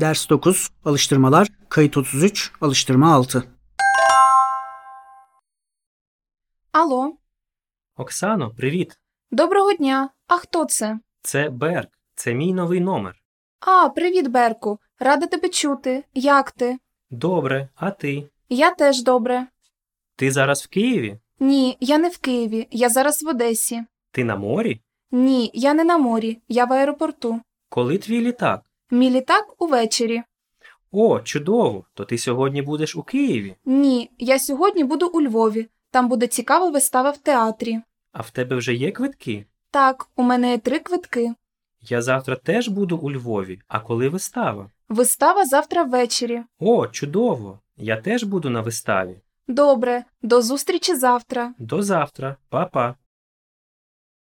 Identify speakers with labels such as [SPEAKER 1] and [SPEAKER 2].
[SPEAKER 1] Ders 9, alıştırmalar, kayıt 33, alıştırma 6.
[SPEAKER 2] Алло,
[SPEAKER 3] Оксано, привіт.
[SPEAKER 2] доброго дня. А хто це?
[SPEAKER 3] Це Берк. Це мій новий номер.
[SPEAKER 2] А, привіт, Берку. Рада тебе чути. Як ти?
[SPEAKER 3] Добре, а ти?
[SPEAKER 2] Я теж добре.
[SPEAKER 3] Ти зараз в Києві?
[SPEAKER 2] Ні, я не в Києві, я зараз в Одесі.
[SPEAKER 3] Ти на морі?
[SPEAKER 2] Ні, я не на морі, я в аеропорту.
[SPEAKER 3] Коли твій літак?
[SPEAKER 2] Мій літак увечері.
[SPEAKER 3] О, чудово! То ти сьогодні будеш у Києві,
[SPEAKER 2] Ні, я сьогодні буду у Львові. Там буде цікава вистава в театрі.
[SPEAKER 3] а в тебе вже є квитки?
[SPEAKER 2] Так, у мене є три квитки.
[SPEAKER 3] Я завтра теж буду у Львові, а коли вистава?
[SPEAKER 2] Вистава завтра ввечері.
[SPEAKER 3] О, чудово! Я теж буду на виставі.
[SPEAKER 2] Добре, до зустрічі завтра.
[SPEAKER 3] До завтра, Па-па.